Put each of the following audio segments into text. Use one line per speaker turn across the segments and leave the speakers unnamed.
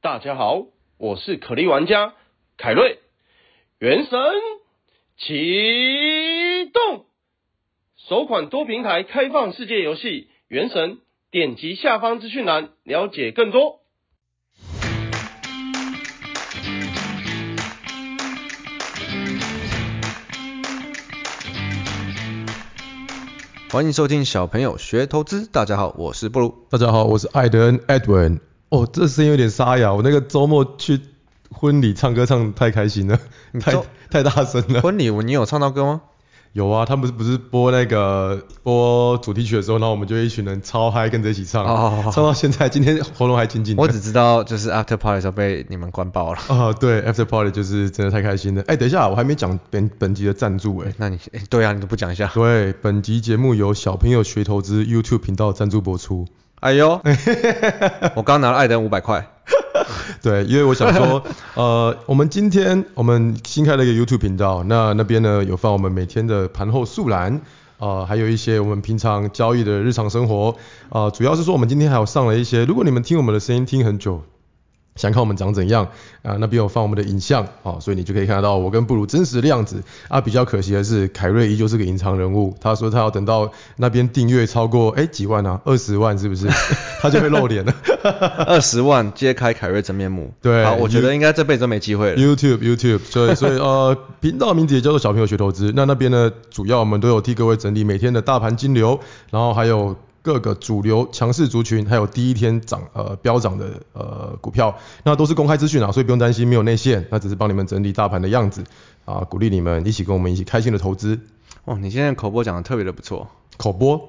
大家好，我是可莉玩家凯瑞。原神启动，首款多平台开放世界游戏《原神》，点击下方资讯栏了解更多。
欢迎收听小朋友学投资，大家好，我是布 鲁。
大家好，我是艾德恩 Edwin。哦，这声音有点沙哑，我那个周末去婚礼唱歌唱太开心了，太
周
太大声了。
婚礼你有唱到歌 吗？
有啊，他们不是不是播那个播主题曲的时候，然后我们就一群人超嗨，跟着一起唱，
哦
唱到现在，今天喉咙还紧紧的。
我 只知道就是 after party 的时候被你们关爆了。
啊、对，After Party 就是真的太开心了。哎，等一下，我还没讲本本集的赞助哎、
那你、 诶对啊，你都不讲一下。
对，本集节目由小朋友学投资 YouTube 频道赞助播出。
哎 呦，我刚拿了艾登五百块。
对，因为我想说，呃，我们今天我们新开了一个 YouTube 频道，那那边呢有放我们每天的盘后速览，呃，还有一些我们平常交易的日常生活，呃，主要是说我们今天还有上了一些，如果你们听我们的声音听很久。想看我们长怎样啊？那边有放我们的影像啊，所以你就可以看得到我跟布鲁真实的样子啊。比较可惜的是，凯瑞依旧是个隐藏人物。他说他要等到那边订阅超过哎、几万啊，二十万是不是？ 他就会露脸了。
二十万揭开凯瑞真面目。
对
好，我觉得
you-
应该这辈子都没机会了。
YouTube YouTube，所以所以呃，频道名字也叫做小朋友学投资。那那边呢，主要我们都有替各位整理每天的大盘金流，然后还有各个主流强势族群，还有第一天涨呃飙涨的呃股票，那都是公开资讯啊，所以不用担心没有内线，那只是帮你们整理大盘的样子啊，鼓励你们一起跟我们一起开心的投资。
哦，你今天的口播讲的特别的不 错。
口播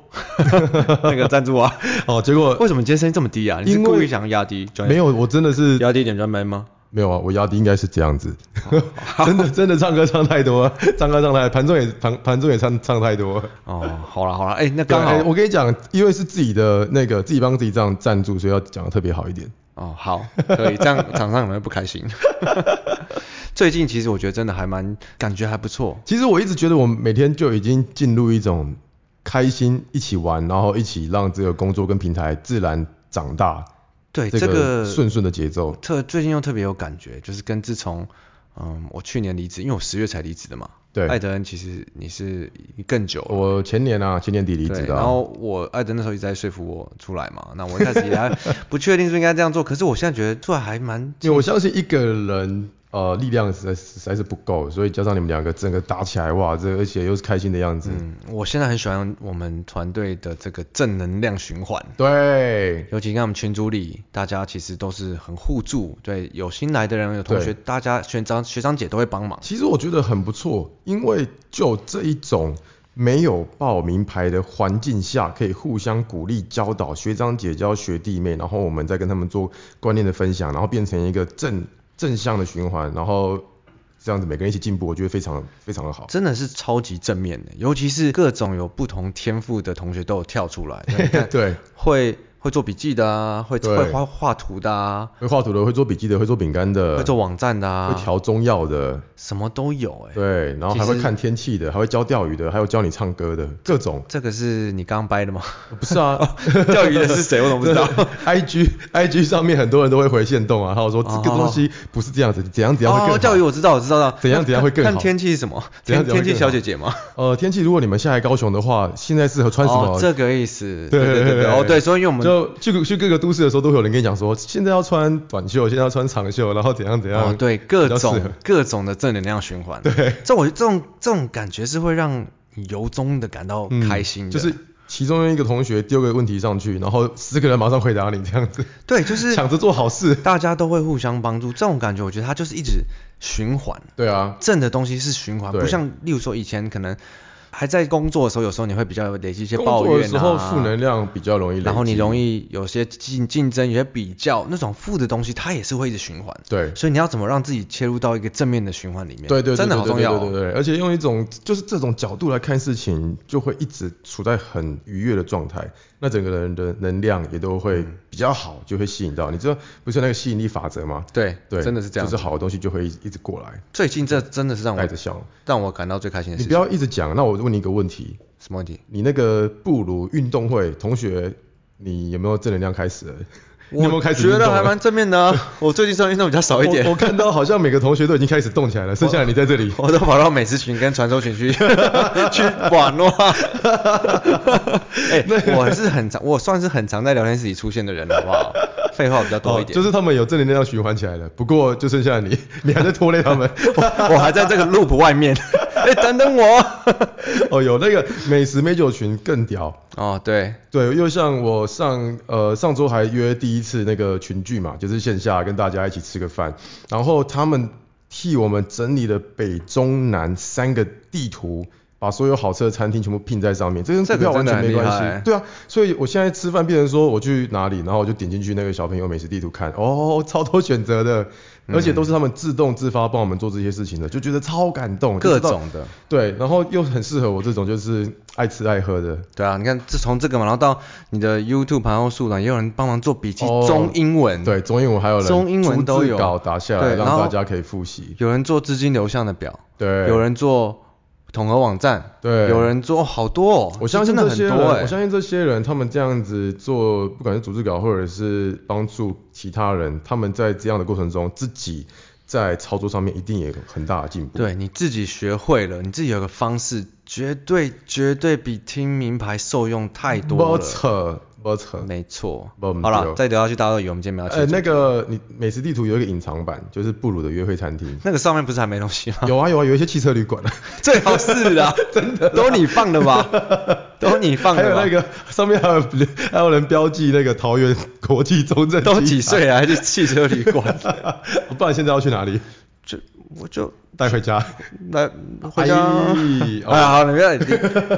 那个赞助啊，
哦，结果
为什么你今天声音这么低啊？你是
因为
故意想压低？专
没有，我真的是
压低一点专门吗？
没有啊，我压低应该是这样子，
哦
真的真的唱歌唱太多了，唱歌唱太，盘中也盘盘中也唱唱太多了。
哦，好啦好啦，哎、那
对
刚好
哎我跟你讲，因为是自己的那个自己帮自己这样赞助，所以要讲的特别好一点。
哦，好，可以，这样厂商可能会不开心。 最近其实我觉得真的还蛮，感觉还不错。
其实我一直觉得，我每天就已经进入一种开心一起玩，然后一起让这个工作跟平台自然长大，
对，
这
哎这个
顺顺的节奏。
特最近又特别有感觉，就是跟自从嗯我去年离职，因为我十月才离职的嘛。
对
艾德恩其实你是更久了。
我前年啊，前年底离
对，
职的、
然
啊，
后我艾德那时候一直在说服我出来嘛，那我一开始也还不确定是不是应该这样做，可 是我现在觉得做还蛮
因为我相信一个人呃力量实在实在是不够，所以加上你们两个整个打起来，哇，这而且又是开心的样子。
嗯，我现在很喜欢我们团队的这个正能量循环。
对，
尤其像我们群组里，大家其实都是很互助，对，有新来的人，有同学，
对
大家学长学长姐都会帮忙。
其实我觉得很不错，因为就这一种没有报名牌的环境下，可以互相鼓励教导学长姐教学弟妹，然后我们再跟他们做观念的分享，然后变成一个正正向的循环，然后这样子每个人一起进步，我觉得非常非常的好。
真的是超级正面的，尤其是各种有不同天赋的同学都有跳出 来，对你看
对，
会会做笔记的啊，会
对
会画画图的啊，
会画图的，会做笔记的，会做饼干的，
会做网站的啊，
会调中药的，
什么都有哎、
对，然后还
其
会
实
看天气的，还会教钓鱼的，还有教你唱歌的，各种。
这个是你刚刚掰的吗？
不是啊，
钓鱼的是谁我怎么不 知道？
I G I G 上面很多人都会回线动啊，然后说这
哦
个东西不是这样子，怎样怎样会更好。
哦，钓鱼我知道，我知道了。
怎样怎样会更
看
好
天气是什么？
怎
天
样怎
天
样会
气
更
小
好
姐姐吗？
呃，天气如果你们下来高雄的话，现在适合穿什么？
哦，这个意思。
对
对
对
对
对
哦对，所以因为我们
就去去各个都市的时候，都会有人跟你讲说，现在要穿短袖，现在要穿长袖，然后怎样怎样。
哦，对，各
比较适
种
合
各种的正能量循环。对，这我这种这种感觉是会让你由衷的感到
嗯
开心的，
就是其中一个同学丢个问题上去，然后十个人马上回答你这样子，
对，就是
抢着做好事。
大家都会互相帮助，这种感觉我觉得它就是一直循环，
对啊，
正的东西是循环，
对
不像例如说以前可能还在工作的时候，有时候你会比较累积一些
工
抱
作
怨
的
啊，
时候负能量比较容易累积，
然后你容
易
易有些竞竞争，有些比较那种负的东西，它也是会一直循环。
对。
所以你要怎么让自己切入到一个正面的循环里面？
对对对，
真的好
对对
重要、哦。
对对对对，而且用一种就是这种角度来看事情，就会一直处在很愉悦的状态，那整个人的能量也都会
嗯
比较好，就会吸引到。你知道不是有那个吸引力法则吗？
对
对，
真的是这样。
就是好的东西就会一直一直过来，
最近这真的是让
带
我
着笑。
让我感到最开心的
哎你
事
不
情。
要一直讲，那我问你一个问题，
什么问题？
你那个布鲁运动会同学，你有没有正能量开始了？ 你有没有开始运
觉
动
得
了
还蛮正面的、 啊。我最近上运动比较少一
我我
点，
看到好像每个同学都已经开始动起来了，剩下的你在这里。
我都跑到美食群跟传授群 去去玩哇。哎、我是很常，我算是很常在聊天室里出现的人了，好不 好？废话比较多一点。
哦就是他们有正能量循环起来了，不过就剩下你，你还在拖累 他们。
我还在这个 loop 外 面，哎、等等我。
哦，有那个美食美酒群更屌，
哦，对，
对，又像我上呃上周还约第一次那个群聚嘛，就是线下跟大家一起吃个饭，然后他们替我们整理了北中南三个地图。把所有好吃的餐厅全部拼在上面，这跟股
这个
票完
真
全
的
没
很
关
厉害
系。对啊，所以我现在吃饭变成说我去哪里，然后我就点进去那个小朋友美食地图看，哦，超多选择的，
嗯
而且都是他们自动自发帮我们做这些事情的，就觉得超感动。就
各
知道
种的。
对，然后又很适合我这种就是爱吃爱喝的，
对啊，你看，自从这个嘛，然后到你的 YouTube 盘后数呢，也有人帮忙做笔记，
哦
中英文，，
对，中英文还有人
中英文都有
逐字稿打下来，
对
让
然后
大家可以复习。
有人做资金流向的表，
对，
有人做统合网站，
对
有人做好多、哦，
我相信
这
这
真
些
的
人，
很多
我
哎、
相信这些人，他们这样子做，不管是组织稿或者是帮助其他人，他们在这样的过程中，自己在操作上面一定也有很大的进步。
对，你自己学会了，你自己有个方式，绝对绝对比听名牌受用太多
不
了。
扯不扯。
没错
没，错
好了，再聊下去大家都以为我们今啊天没有
呃，
去、。
那个你美食地图有一个隐藏版，就是布鲁的约会餐厅
那个上面不是还没东西吗？
有啊有啊，有一些汽车旅馆，
最好是 啦，真的，都你放的吧，都你放
啊还
的
有
吧，
那个上面还有还有人标记那个桃园国际中正。
都几？岁啊了还去汽车旅馆，
不然现在要去哪里？
就我就
带 回家。
来回家。
哎
哎，好，你不要你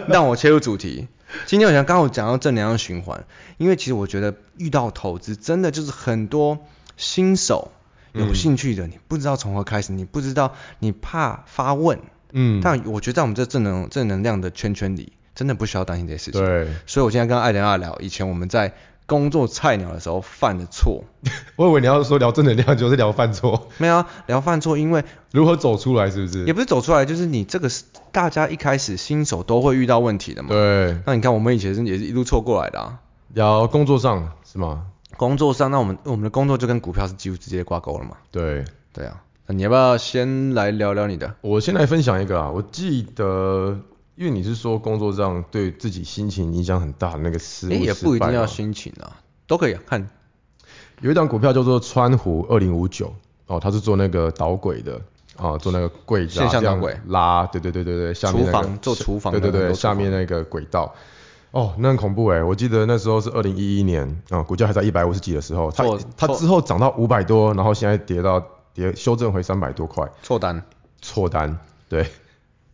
让我切入主题。今天我想刚好讲到正能量循环，因为其实我觉得遇到投资真的就是很多新手
嗯
有兴趣的，你不知道从何开始，你不知道，你怕发问。
嗯，
但我觉得在我们这正能正能量的圈圈里，真的不需要担心这些事情。
对，
所以我现在跟艾莲娜聊，以前我们在工作菜鸟的时候犯的错，
我以为你要说聊正能量，就是聊犯错，
没有、啊、聊犯错，因为
如何走出来，是不是？
也不是走出来，就是你这个是大家一开始新手都会遇到问题的嘛。
对，
那你看我们以前是也是一路错过来的啊。
聊工作上是吗？
工作上，那我们我们的工作就跟股票是几乎直接挂钩了嘛。
对，
对啊，那你要不要先来聊聊你的？
我先来分享一个啊，我记得，因为你是说工作上对自己心情影响很大的那个失误
诶也不一
失败哦
定
嘛
要心情啊，都可以啊，看。
有一档股票叫做川湖二零五九，哦，它是做那个导轨的，啊，做那个轨
线上导轨
这样拉，对对对对对，下面、那个、
厨房做厨房的
对对
很
对，
多厨
下
房
面那个轨道。哦，那很恐怖哎！我记得那时候是二零一一年啊、股价还在一百五十几的时候，它
做
它
做
之后涨到五百多，然后现在跌到跌修正回三百多块，
错单，
错单，对，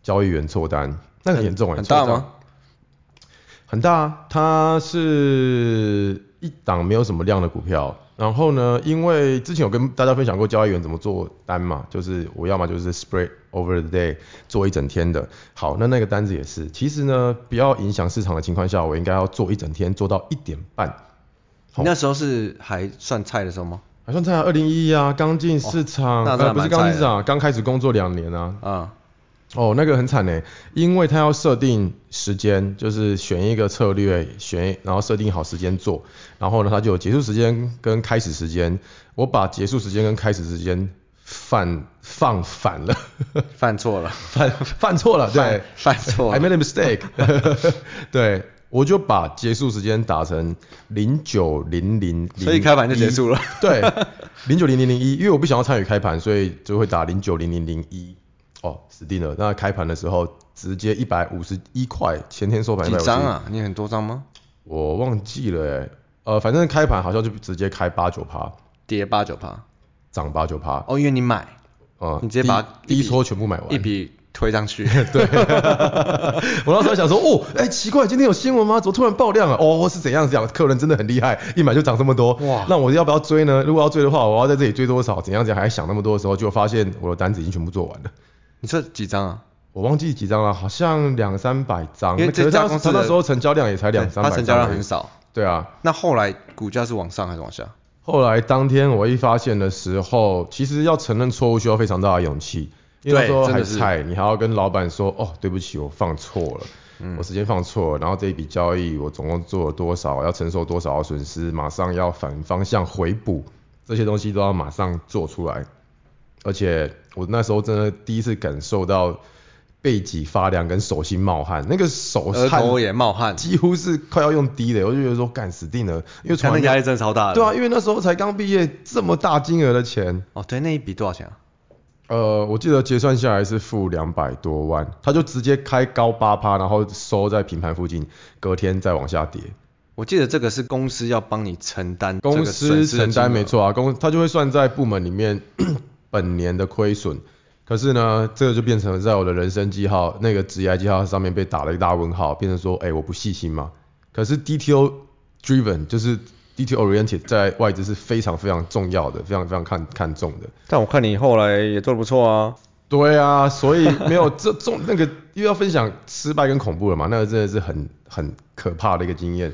交易员错单，那很严重哎，
很
错
大
账
吗？
很大啊，它是一档没有什么量的股票。然后呢，因为之前有跟大家分享过交易员怎么做单嘛，就是我要么就是 spread over the day 做一整天的。好，那那个单子也是，其实呢，不要影响市场的情况下，我应该要做一整天，做到一点半，
你那时候是还算菜的时候吗？
还算在二零一一啊，刚进市场，
那真的
呃，不是
蛮
刚进
菜
市
的
场，刚开始工作两年啊，
啊、
哦，那个很惨呢，因为他要设定时间，就是选一个策略，选然后设定好时间做，然后呢，他就有结束时间跟开始时间。我把结束时间跟开始时间犯放反了，
犯错了，
犯犯错了，对
犯错
，I
了。
made a mistake 对，我就把结束时间打成零九零零零，
所以开盘就结束了。
对，零九零零零一，因为我不想要参与开盘，所以就会打零九零零零一。哦，死定了！那开盘的时候直接一百五十一块，前天收盘一
几
百五十
张啊？你很多张吗？
我忘记了哎、呃，反正开盘好像就直接开八九趴，
跌八九趴。
涨八九趴，
哦，因为你买
呃，
你直接把它
第
一
一
笔
撮全部买完
一。笔推上 去，
我那时候想说，哦，哎、奇怪，今天有新闻吗？怎么突然爆量了？哦，是怎样怎样？客人真的很厉害，一买就涨这么多。
哇
哇！那我要不要追呢？如果要追的话，我要在这里追多少？怎样怎样？还想那么多的时候，就发现我的单子已经全部做完了。
你说几张啊？
我忘记几张了，好像两三百张。
因为
那可
这
是
家
他
公司
他那
的
时候成交量也才两
对
三百
它成
张，
交量很。少。
对啊，
那后来股价是往上还是往下？
后来当天我一发现的时候，其实要承认错误需要非常大的勇气，因为那
对
时候
真的
还
是
菜，你还要跟老板说，哦，对不起，我放错了。
嗯
我时间放错，然后这一笔交易我总共做了多少，要承受多少的损失，马上要反方向回补，这些东西都要马上做出来。而且我那时候真的第一次感受到背脊发凉跟手心冒汗，那个手
额
汗
呃头也冒汗，
几乎是快要用滴的，我就觉得说干死定了，因为从
看那
来没有
压力真的超大的。
对啊，，因为那时候才刚毕业，这么大金额的钱，
哦对，那一笔多少钱啊？
呃，我记得结算下来是负两百多万，他就直接开高八趴，然后收在平盘附近，隔天再往下跌。
我记得这个是公司要帮你承担这
公
个损
司
失的
承
金额
担没，错啊，公他就会算在部门里面 本年的亏损。可是呢，这个就变成在我的人生记号那个职业记号上面被打了一大问号，变成说，哎、我不细心嘛。可是 DTO driven 就是 DTO oriented 在外资是非常非常重要的，非常非常看看重的。
但我看你后来也做的不错啊。
对啊，所以没有这重那个又要分享失败跟恐怖了嘛，那个真的是很很可怕的一个经验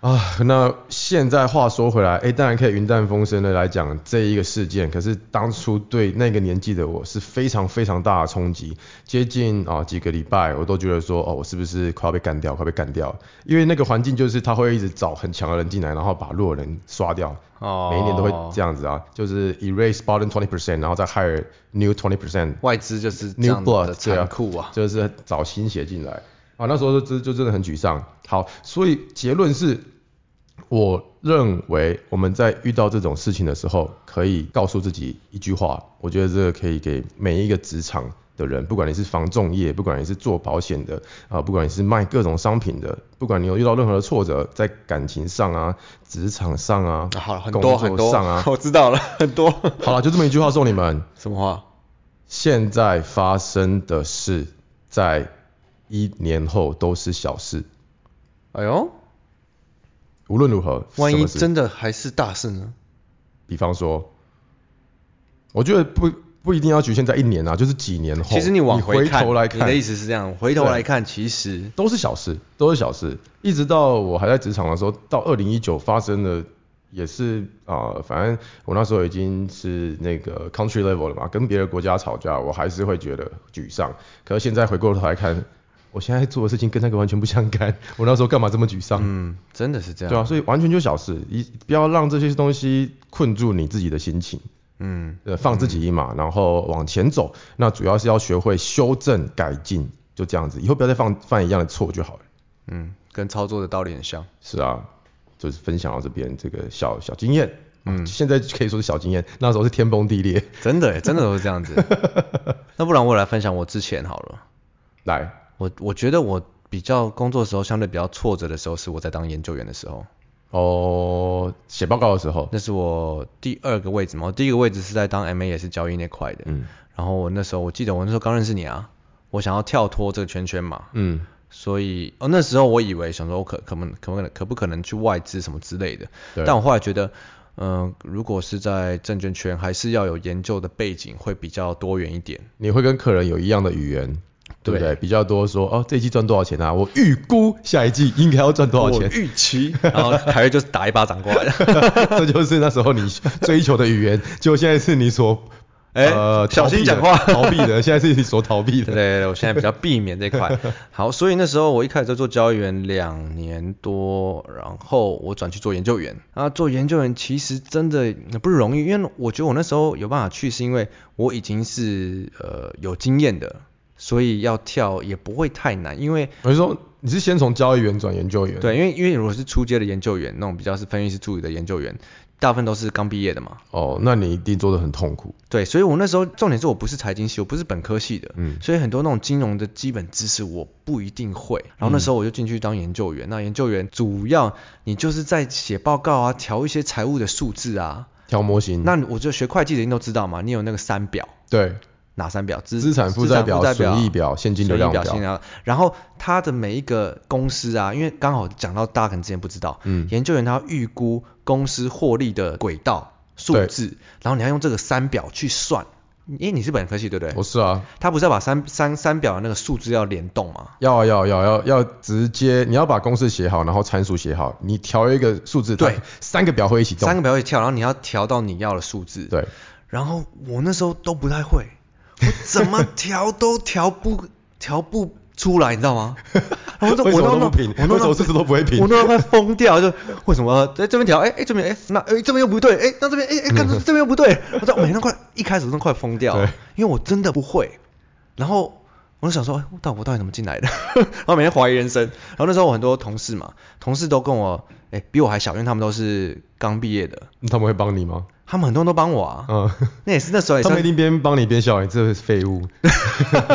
啊。那现在话说回来，哎，当然可以云淡风轻的来讲这一个事件，可是当初对那个年纪的我是非常非常大的冲击，接近啊几个礼拜，我都觉得说，哦，我是不是快要被干掉，快被干掉？因为那个环境就是他会一直找很强的人进来，然后把弱的人刷掉，
哦，
每一年都会这样子啊，就是 erase bottom twenty percent，然后再 hire new twenty percent，
外资就是这
New
样的
blood，对
残
啊
酷啊。
就是找新血进来啊。那时候就就真的很沮丧。好，所以结论是，我认为我们在遇到这种事情的时候，可以告诉自己一句话，我觉得这个可以给每一个职场的人，不管你是防重业，不管你是做保险的啊、不管你是卖各种商品的，不管你有遇到任何的挫折，在感情上啊、职场上啊、
啊好了，很
工
多很
作
多，
上啊
我知道了，很 多。
好了，就这么一句话送你们。
什么话？
现在发生的事，在一年后都是小事。
哎呦，
无论如何，
万
什
一
么事
真的还是大事呢？
比方说，我觉得不不一定要局限在一年啊，就是几年后。
其实你往
回
看，
头来
你
看
的，意思是这样，回头来看，其实
都是小事，都是小事。一直到我还在职场的时候，到二零一九发生的也是啊、呃反正我那时候已经是那个 country level 了嘛，跟别的国家吵架，我还是会觉得沮丧。可是现在回过头来看，我现在做的事情跟那个完全不相干，我那时候干嘛这么沮丧？
嗯，真的是这样。
对啊，所以完全就小事，一不要让这些东西困住你自己的心情。
嗯，
呃，放自己一马，然后往前走。那主要是要学会修正、改进，就这样子，以后不要再犯犯一样的错就好了。
嗯，跟操作的道理很像。
是啊，就是分享到这边这个小小经验，嗯，现在可以说是小经验，那时候是天崩地裂。
真的耶，真的都是这样子。那不然我来分享我之前好了。
来，
我我觉得我比较工作的时候相对比较挫折的时候，是我在当研究员的时候。
哦，写报告的时候，
那是我第二个位置嘛，我第一个位置是在当 MA 也是交易那块的。
嗯
然后我那时候我记得我那时候刚认识你啊，我想要跳脱这个圈圈嘛，
嗯，
所以哦那时候我以为想说我哦可可不可不可能可不可能去外资什么之类的，
对，
但我后来觉得，嗯、如果是在证券圈，还是要有研究的背景会比较多元一点。
你会跟客人有一样的语言。对不
对
对？比较多说哦，这一季赚多少钱啊？我预估下一季应该要赚多少
我
钱？
预期，然后凯瑞就是打一巴掌过来的，
这就是那时候你追求的语言，就现在是你所
哎、
呃
小心
逃
讲
避
话。
的逃避的，现 在是你所逃避
对对
的。
对，我现在比较避免这一块。好，所以那时候我一开始在做交易员两年多，然后我转去做研究员。啊，做研究员其实真的不容易，因为我觉得我那时候有办法去，是因为我已经是呃有经验的，所以要跳也不会太难，因为
我就说你是先从交易员转研究员，，
对，因为因为如果是初阶的研究员，那种比较是分析师助理的研究员，大部分都是刚毕业的嘛。
哦，那你一定做的很痛苦，
对，所以我那时候重点是我不是财经系，我不是本科系的，
嗯
所以很多那种金融的基本知识我不一定会。然后那时候我就进去当研究员，那研究员主要你就是在写报告啊，调一些财务的数字啊。
挑模型。
那我就学会计的人都知道嘛，你有那个三表，
对，
哪三表？资
资产负债表、损益表、现金
水
流量
表、现金流量然后它的每一个公司啊，因为刚好讲到大家可能之前不知道，
嗯
研究员他要预估公司获利的轨道数
对
字，然后你要用这个三表去算，因为你是本科系对不对
不？是啊，
他不是要把三三三表的那个数字要联动吗？
要啊要要要要直接，你要把公式写好，然后参数写好，你调一个数字，
对
它，三个表会一起动，
三个表会跳，然后你要调到你要的数字。
对，
然后我那时候都不太会，我怎么调都调不调不出来，你知道 吗？然后我
为什
我
么
弄
都不
弄
平？
我
为
弄
什
弄
么事情都不会平
我？弄到快疯掉，就为什么要在这边调？哎、哎这边哎、那哎、这边又不对，哎、那这边哎哎 看这这边又不对，我说每天快一开始都快疯掉
对，
因为我真的不会。然后我就想说，哎、我到我到底怎么进来的？ 然后每天怀疑人生。然后那时候我很多同事嘛，同事都跟我哎、比我还小，因为他们都是刚毕业的，
他们会帮你吗？
他们很多人都帮我啊。
嗯，
那也是那时候也
他
算
们一定边帮你边笑，你这是废 物。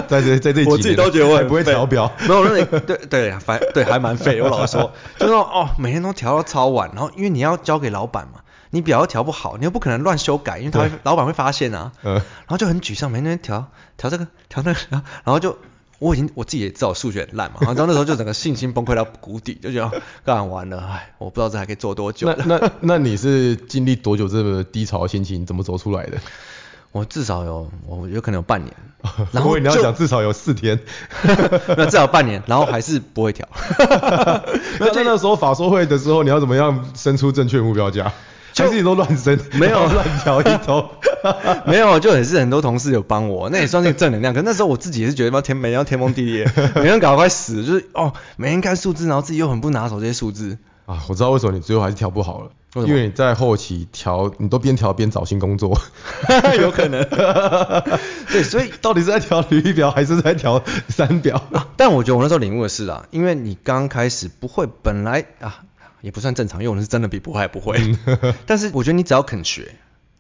在这在这几年，
我自己都觉得我
还
很
不会
废
调表。
没有，那你对对，反对还蛮废。我老实 说，就是说哦，每天都调到超晚，然后因为你要交给老板嘛，你表要调不好，你又不可能乱修改，因为他会老板会发现啊，
嗯，
然后就很沮丧，每天调调这个调那个，然后然后就我已经我自己也知道我数学很烂嘛，然后到那时候就整个信心崩溃到谷底，就觉得哦干完了，哎，我不知道这还可以做多久
那。那那你是经历多久这么低潮的心情？怎么走出来的？，
我至少有我有可能有半年 然后
因为你要
就
讲至少有 四天。
那至少半年，然后还是不 会调。
那那那时候法说会的时候，你要怎么样生出正确目标价？
就
还是你都乱生，
没有
然后乱调一 通。
没有，就也是很多同事有帮我，那也算是正能量。可那时候我自己也是觉得妈天每天要天崩地裂，每天搞得快死，就是哦，每天看数字，然后自己又很不拿手这些数字。
啊，我知道为什么你最后还是调不好了，
为什么
因为你在后期调，你都边调边找新工 作。
有可能。 对，所以
到底是在调履历表还是在调 三表？
啊，但我觉得我那时候领悟的是啊，因为你刚开始不会，本来啊也不算正常，因为我们是真的比不会还不会。 但是我觉得你只要肯学，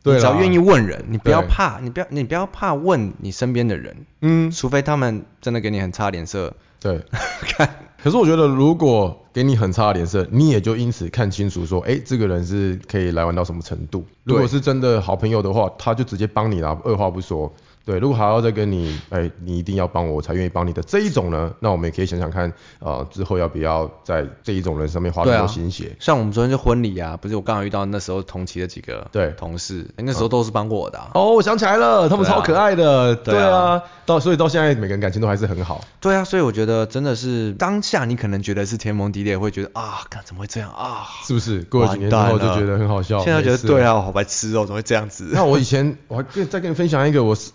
对
你只要
啦
愿意问人，你不要
对
怕，你不要你不要怕问你身边的人，
嗯，
除非他们真的给你很差脸色
对。
看。
可是我觉得，如果给你很差的脸色，你也就因此看清楚说，哎、这个人是可以来玩到什么程度。如果是真的好朋友的话，他就直接帮你啦，二话不说。对，如果还要再跟你，哎、你一定要帮我，我才愿意帮你的这一种呢，那我们也可以想想看，呃，之后要不要在这一种人上面花
对
更
啊
多心血。
像我们昨天就婚礼啊，不是我刚好遇到那时候同期的几个
对
同事，诶那时候都是帮过我的、啊。
哦，我想起来了，他们
对啊
超可爱的，对
对
啊，
啊
到所以到现在每个人感情都还是很好，
对啊，所以我觉得真的是当下你可能觉得是天崩地裂，会觉得啊，干怎么会这样啊？
是不是？过了几年之后就觉得很好笑，
现在觉
没
得
事
对啊，我好白痴哦，怎么会这样子？
那我以前我还跟再跟你分享一个，我是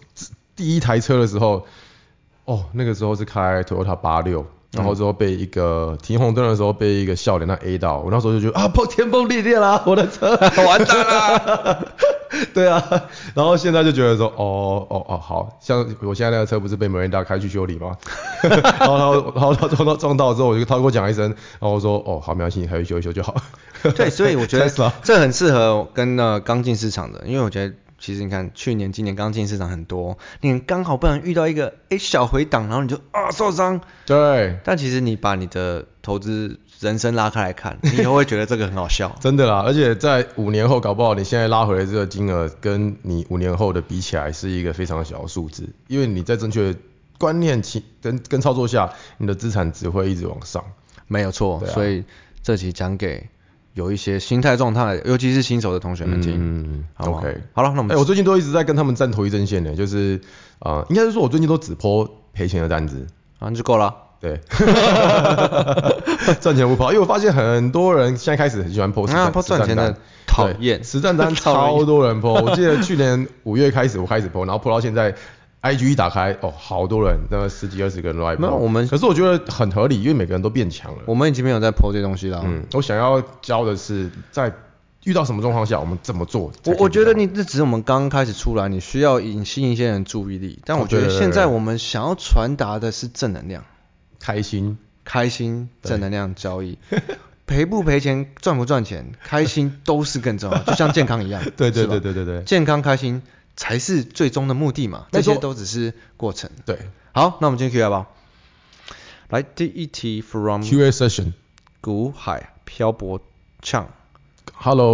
第一台车的时候，哦，那个时候是开 Toyota 八六，然后之后被一个停红灯的时候被一个笑脸那 A 到，我那时候就觉得啊，
哦
破天崩地裂啦，我的车，
完蛋啦！
对啊，然后现在就觉得说，哦哦哦，好像我现在那个车不是被 Miranda 开去修理吗？ 然后然后然后撞到撞到之后，我就他跟我讲一声，然后我说哦好，没关系，你开去修一修就好。
对，所以我觉
Tesla
得这很适合跟呃刚进市场的，因为我觉得其实你看去年、今年刚进市场很多，你刚好不然遇到一个哎小回档，然后你就啊受伤，
对，。
但其实你把你的投资人生拉开来 看，你以后会觉得这个很好笑
真的啦，而且在五年后，搞不好你现在拉回来这个金额，跟你五年后的比起来，是一个非常小的数字，因为你在正确的观念起跟跟操作下，你的资产只会一直往上。
没有错，
对啊
所以这期讲给有一些心态状态，尤其是新手的同学们听。
嗯
好啊吗
，OK。
好了，那我
哎、
们、
我最近都一直在跟他们站同一阵线的，就是呃，应该是说我最近都只抛赔钱的单子，
好像就够了。
对， 赚钱不抛，因为我发现很多人现在开始很喜欢抛实
啊
战，
抛
实
赚
战
钱的
单
讨
对
厌
实 战单超多人 po，我记得去年五月开始我开始 po，然后 po 到现在，IG 一打开，哦，好多人，那么十几二十个人都来 po。
没有我们
可是我觉得很合理，因为每个人都变强了。
我们已经没有在剖这些东西了。
嗯，我想要教的是，在遇到什么状况下，我们怎么做才可以
我
比较好。
我觉得你这只是我们刚开始出来，你需要引吸引一些人注意力。但
哦
我觉
对
得
对对
现在
对
我们想要传达的是正能量、
开心，
开心、正能量交易， 赔不赔钱、赚不赚钱，开心都是更重
。
要，就像健康一样
对对
是吧
对对对对
健康开心才是最终的目的嘛，
没
这
错
些都只是过程。
对
好，那我们进 Q&A 吧。来，第一题 from
，Q&A session，Hello，
古海漂泊呛，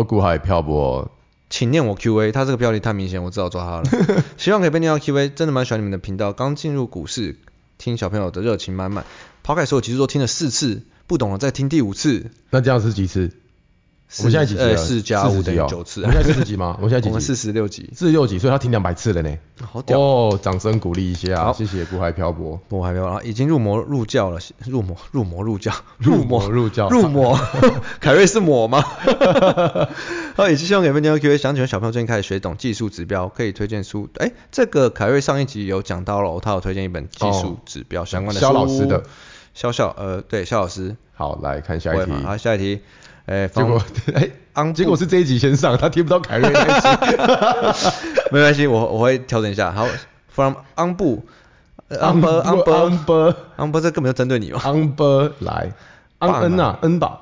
古海漂泊，
请念我 Q&A，他这个标题太明显，我只好抓他 了。希望可以被念到 Q&A，真的蛮喜欢你们的频道。刚进入股市，听小朋友的热情满满，抛开所有其实都听了四次，不懂了再听第五次，
那这样是几次？我们现在几集了？
呃四加五
40
等于
哦
九次啊
我们现在四十集吗？我们现在几集？
我们四十六集，
四十六集，所以他听两百次了呢。
好屌！
哦，掌声鼓励一下，
好
谢谢顾海漂泊。
我还没有，然后已经入魔入教了，入魔入魔入教
入魔
魔
入教
入 魔，凯瑞是魔吗？ 好，也是希望给分享 Q&A，想请问小朋友最近开始学懂技术指标，可以推荐书？哎，这个凯瑞上一集有讲到了，他有推荐一本技术指标相关的书，
肖老师的，
肖肖呃对肖老师，
好，来看下
我
一
也
题
放。好，下一题，哎，
结
防
果，哎、
昂
结果是这一集先上，他听不到凯瑞那一集。
没关系，我我会调整一下。好，from 昂布昂 波昂波
amber
昂波，这根本就针对你嘛。
amber 来，an
棒
n
啊
啊 n 吧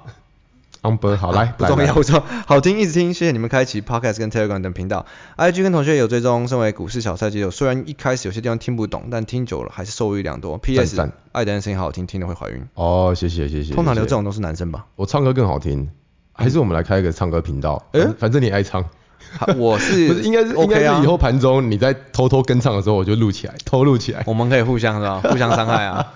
，amber 好来，
不
来
重
哎来
要，不重要。好听，一直听，谢谢你们开启 podcast 跟 telegram 等频道，IG 跟同学有追踪。身为股市小菜鸡，有虽然一开始有些地方听不懂，但听久了还是受益良多。PS，
赞
爱的人声音好好听，听了会怀孕。
哦，谢谢谢谢。
通常留
谢
这
谢，
种都是男生吧？
我唱歌更好听，还是我们来开一个唱歌频道？
诶
反反正你爱唱，
好我嗯是
不 是应该是应
OK
该
啊
是以后盘中你在偷偷跟唱的时候，我就录起来，偷录起来。
我们可以互相是吧？互相伤害 啊！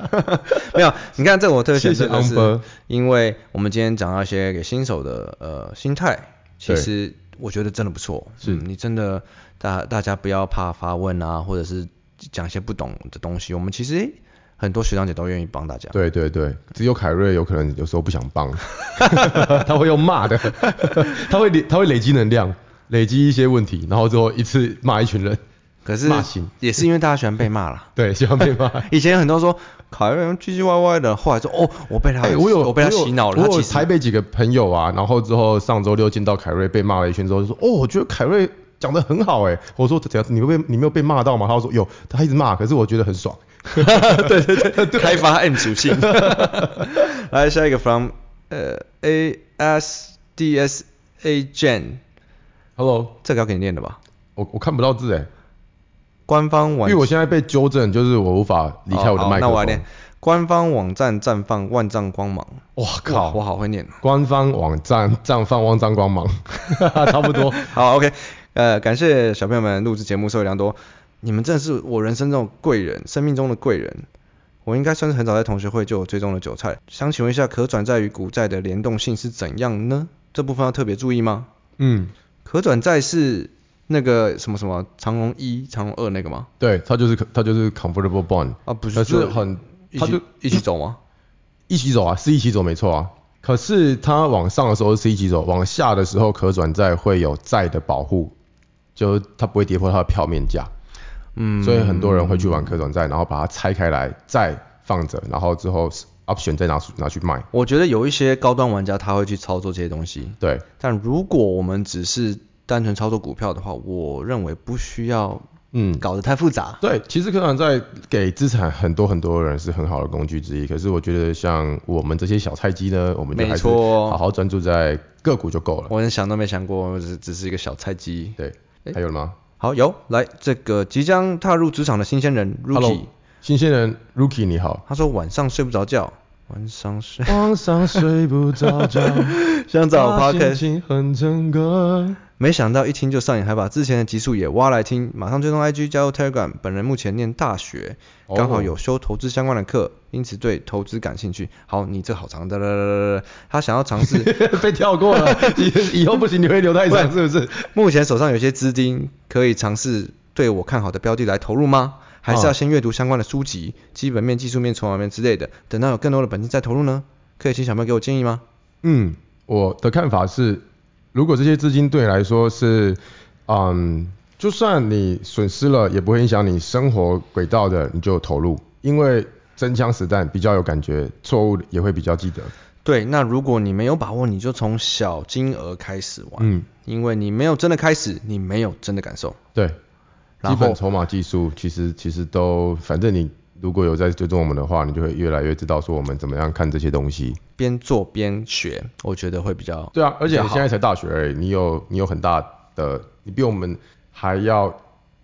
没有，你看这个我特别
谢
想
谢
真的
Amber
是，因为我们今天讲到一些给新手的呃心态，其
对
实我觉得真的不错。
是
嗯你真的大大家不要怕发问啊，或者是讲一些不懂的东西，我们其实诶很多学长姐都愿意帮大家。
对对对，只有凯瑞有可能有时候不想帮，他会用骂的， 他会累他会累积能量，累积一些问题，然后之后一次骂一群人，
可是
骂醒
也是因为大家喜欢被骂啦。
对，喜欢被骂。
以前很多说考人唧唧歪歪的，后来说哦，我被他、
哎、我有
我被他
有
洗脑了，
我
他
有
其实
台北几个朋友啊，然后之后上周六见到凯瑞被骂了一圈之后，就说哦，我觉得凯瑞讲的很好哎、我说怎样？你会被你没有被骂到吗？他说有，他一直骂，可是我觉得很爽。
对 对对，开发 M 属 性。来下一个 from 呃 A S D S A Gen，
Hello，
这个要给你念的吧？
我我看不到字哎、
官方
因
网哦
为我现在被纠正，就是我无法离开我的
好
麦
那
克
我来
风。
念。官方网站绽放万丈光芒，
哇
哇
靠！
我好会念哦。
官方网站绽放万丈光芒， 差不多。
好，OK，呃，感谢小朋友们录制节目受益良多，你们真的是我人生中的贵人，生命中的贵人。我应该算是很早在同学会就有追踪了韭菜，想请问一下，可转债与股债的联动性是怎样呢？这部分要特别注意吗？
嗯，
可转债是那个什么什么长隆一、长隆二那个吗？
对，它就是它就是 comfortable bond，
啊，不
可
是，
呃是很
一
它就
起一起走吗？
一起走啊，是一起走没错啊。可是它往上的时候是一起走，往下的时候可转债会有债的保护，就它不会跌破它的票面价，
嗯，
所以很多人会去玩可转债，然后把它拆开来，债放着，然后之后 option 再拿出拿去卖。
我觉得有一些高端玩家他会去操作这些东西，
对，
但如果我们只是单纯操作股票的话，我认为不需要
嗯，
搞得太复杂。
对，其实可转债给资产很多很多人是很好的工具之一，可是我觉得像我们这些小菜鸡呢，我们就
没
还是
错
好好专注在个股就够了。
我连想都没想过，我只只是一个小菜鸡。
对，
哎
还有了吗？
好，有来这个即将踏入职场的新鲜人
Hello
Rookie，
新鲜人 Rookie 你 好。
他说晚上睡不着觉，晚上 睡
晚上睡不着 觉，
想找 p o c k e
心
t
情很珍贵。
没想到一听就上瘾，还把之前的集数也挖来听，马上追踪 IG 加入 Telegram。本人目前念大学，
哦
刚好有修投资相关的课，因此对投资感兴趣。好，你这好长的，他想要尝试
被跳过了， 以以后不行，你会留太长是不是？
目前手上有些资金，可以尝试对我看好的标的来投入吗？还是要先阅读相关的书籍，基本面、技术面、筹码面之类的，等到有更多的本金再投入呢？可以请小朋友给我建议吗？
嗯，我的看法是，如果这些资金对你来说是，嗯，就算你损失了，也不会影响你生活轨道的，你就投入，因为真枪实弹比较有感觉，错误也会比较记得。
对，那如果你没有把握，你就从小金额开始玩，
嗯，
因为你没有真的开始，你没有真的感受。
对，
然
基
后
本筹码技术其实其实都，反正你如果有在追踪我们的话，你就会越来越知道说我们怎么样看这些东西。
边做边学，我觉得会比较
对啊，而且
比较
你
好
现在才大学而已，你有你有很大的，你比我们还要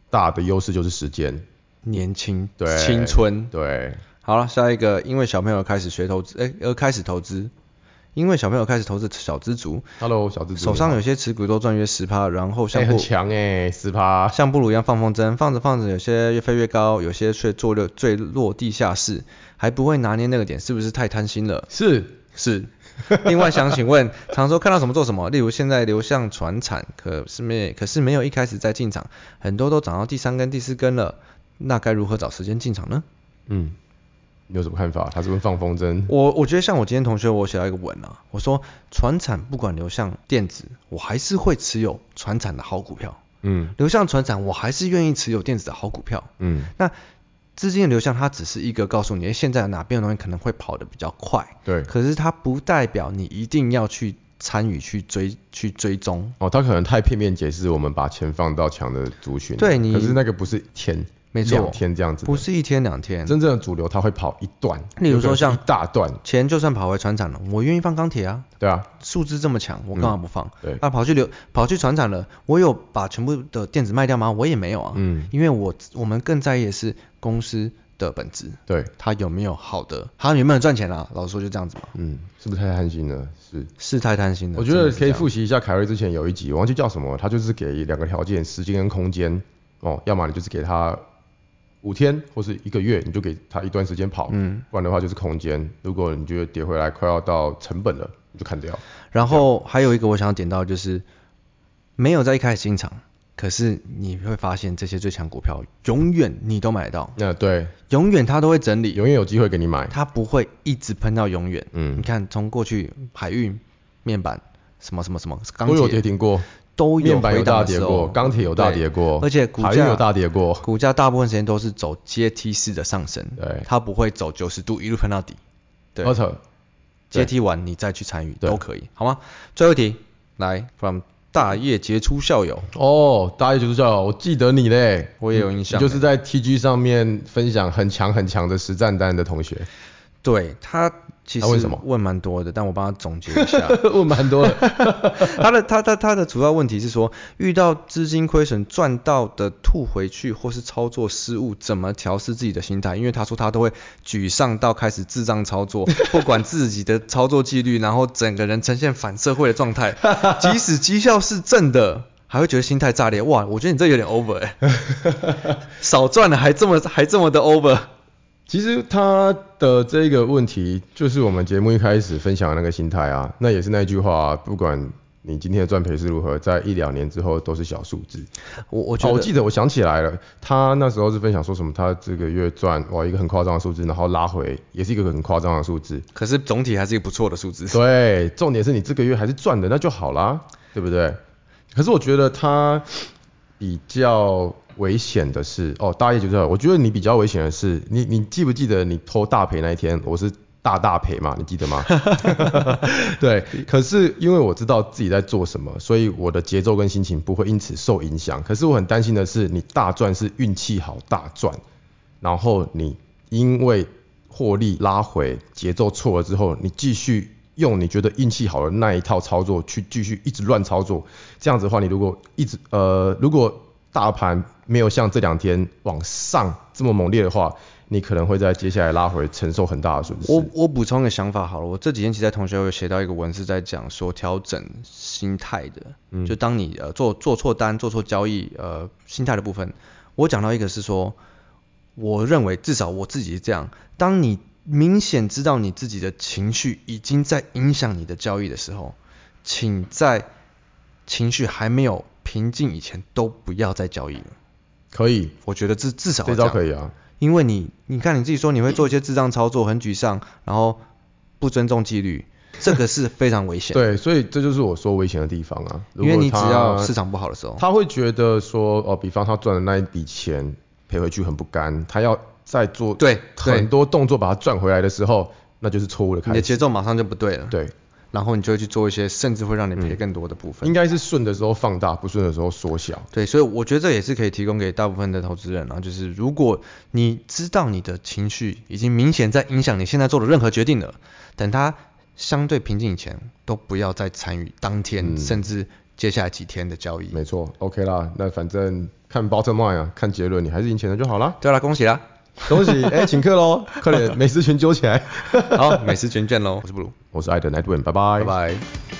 大的优势就是时间，
年轻、
对，
青春。
对，
好了，下一个，因为小朋友开始学投资，哎、而开始投资，因为小朋友开始投资小资族，
Hello，小蜘蛛，
手上有些持股都赚约十趴，然后
哎、
像布、
很强哎、十趴，
像布鲁一样放风筝，放着放着，有些越飞越高，有些却坐落坠落地下室，还不会拿捏那个点，是不是太贪心了？
是
是，另外想请 问，常说看到什么做什么，例如现在流向船产，可是没可是没有一开始在进场，很多都涨到第三根、第四根了，那该如何找时间进场呢？
嗯，你有什么看法？他是不是放风筝？
我我觉得像我今天同学，我写到一个文啊，我说船产不管流向电子，我还是会持有船产的好股票；
嗯
流向船产，我还是愿意持有电子的好股票。
嗯
那资金的流向，它只是一个告诉你诶现在哪边的东西可能会跑得比较快，
对。
可是它不代表你一定要去参与、去追、去追踪。
哦，他可能太片面解释，我们把钱放到强的族群。
对你
可是那个不是一天，
没错
两天这样子的，
不是一天两天，
真正的主流，它会跑一段，
例如说像
有可能是一大段，
钱就算跑回船厂了，我愿意放钢铁啊，
对啊，
数字这么强，我干嘛不放？
对
那跑去流跑去船厂了，我有把全部的电子卖掉吗？我也没有啊，
嗯，
因为我我们更在意的是公司的本质，
对，
它有没有好的，它有没有赚钱啊？老实说就这样子嘛，
嗯，是不是太贪心了？是，
是太贪心了。
我觉
嗯真
得
的是
可以
这样
复习一下凯瑞之前有一集，我忘记叫什么，他就是给两个条件，时间跟空间，哦，要么你就是给他五天或是一个月，你就给他一段时间跑，嗯，不然的话就是空间，如果你觉得跌回来快要到成本了，你就砍掉，
然后还有一个我想要点到就是，没有在一开始进场，可是你会发现这些最强股票永远你都买得到，
那对，
永远它都会整理，
永远有机会给你买，
它不会一直喷到永远。
嗯
你，看从过去海运、面板什么什么什么钢
都有跌
铁
停过，
都有
面板有
回档
大
的
跌
时
过，
候，
钢铁有大
对
跌过，
而且股
海运
价
有大跌过，
股价大部分时间都是走阶梯式的上升，
对
它不会走九十度一路喷到底。对，
而且对
阶梯完你再去参与
对
都可以，好吗？最后一题，来，from 大业杰出校友，
哦，大一九教，我记得你嘞，
我也有印象
你就是在 TG 上面分享很强很强的实战单的同学，
对他其实
他问什么
问蛮多的，但我帮他总结一下。
问蛮多的。
他的他他他的主要问题是说，遇到资金亏损赚到的吐回去，或是操作失误，怎么调试自己的心态？因为他说他都会沮丧到开始智障操作，不管自己的操作纪律，然后整个人呈现反社会的状态，即使绩效是正的。还会觉得心态炸裂，哇！我觉得你这有点 over 哎、少赚了还这么还这么的 over，
其实他的这个问题，就是我们节目一开始分享的那个心态啊，那也是那句话、啊，不管你今天的赚赔是如何，在一两年之后都是小数字。
我我觉
哦，
得、
我记得，我想起来了，他那时候是分享说什么，他这个月赚哇一个很夸张的数字，然后拉回也是一个很夸张的数字。
可是总体还是一个不错的数字。
对，重点是你这个月还是赚的，那就好啦，对不对？可是我觉得他比较危险的是，哦，大一就知道，我觉得你比较危险的是，你你记不记得你偷大赔那一天，我是大大赔嘛，你记得吗？对，可是因为我知道自己在做什么，所以我的节奏跟心情不会因此受影响。可是我很担心的是，你大赚是运气好大赚，然后你因为获利拉回节奏错了之后，你继续用你觉得运气好的那一套操作去继续一直乱操作，这样子的话，你如果一直呃，如果大盘没有像这两天往上这么猛烈的话，你可能会在接下来拉回承受很大的损失。
我我补充一个想法好了，我这几天其实在同学有写到一个文是在讲说调整心态的，
嗯
就当你呃做做错单、做错交易，呃心态的部分，我讲到一个是说，我认为至少我自己是这样，当你明显知道你自己的情绪已经在影响你的交易的时候，请在情绪还没有平静以前都不要再交易了。
可以，
我觉得至至少
这
要
招
样
可以啊。
因为你，你看你自己说你会做一些智障操作，很沮丧，然后不尊重纪 律，这个是非常危险。，
对，所以这就是我说危险的地方啊。如
因为
果
你只
他
要市场不好的时候，
他会觉得说，哦，比方他赚的那一笔钱赔回去很不甘，他要再做
对对
很，多动作把它赚回来的时候，那就是错误的
你
开
的
始。
节奏马上就不对了，
对，
然后你就会去做一些甚至会让你赔更多的部分。
应该是顺的时候放大，不顺的时候缩小。
对，所以我觉得这也是可以提供给大部分的投资人啊，就是如果你知道你的情绪已经明显在影响你现在做的任何决定了，等它相对平静以前，都不要再参与当天、
嗯
甚至接下来几天的交易。
没错，OK 啦，那反正看 bottom line 啊，看结论，你还是赢钱的就好啦。
对啦，恭喜啦！
恭喜，哎、请客 喽， 快点，美食群揪起来。
好，美食卷卷喽，我是布鲁，
我是艾德 Edwin，拜
拜拜。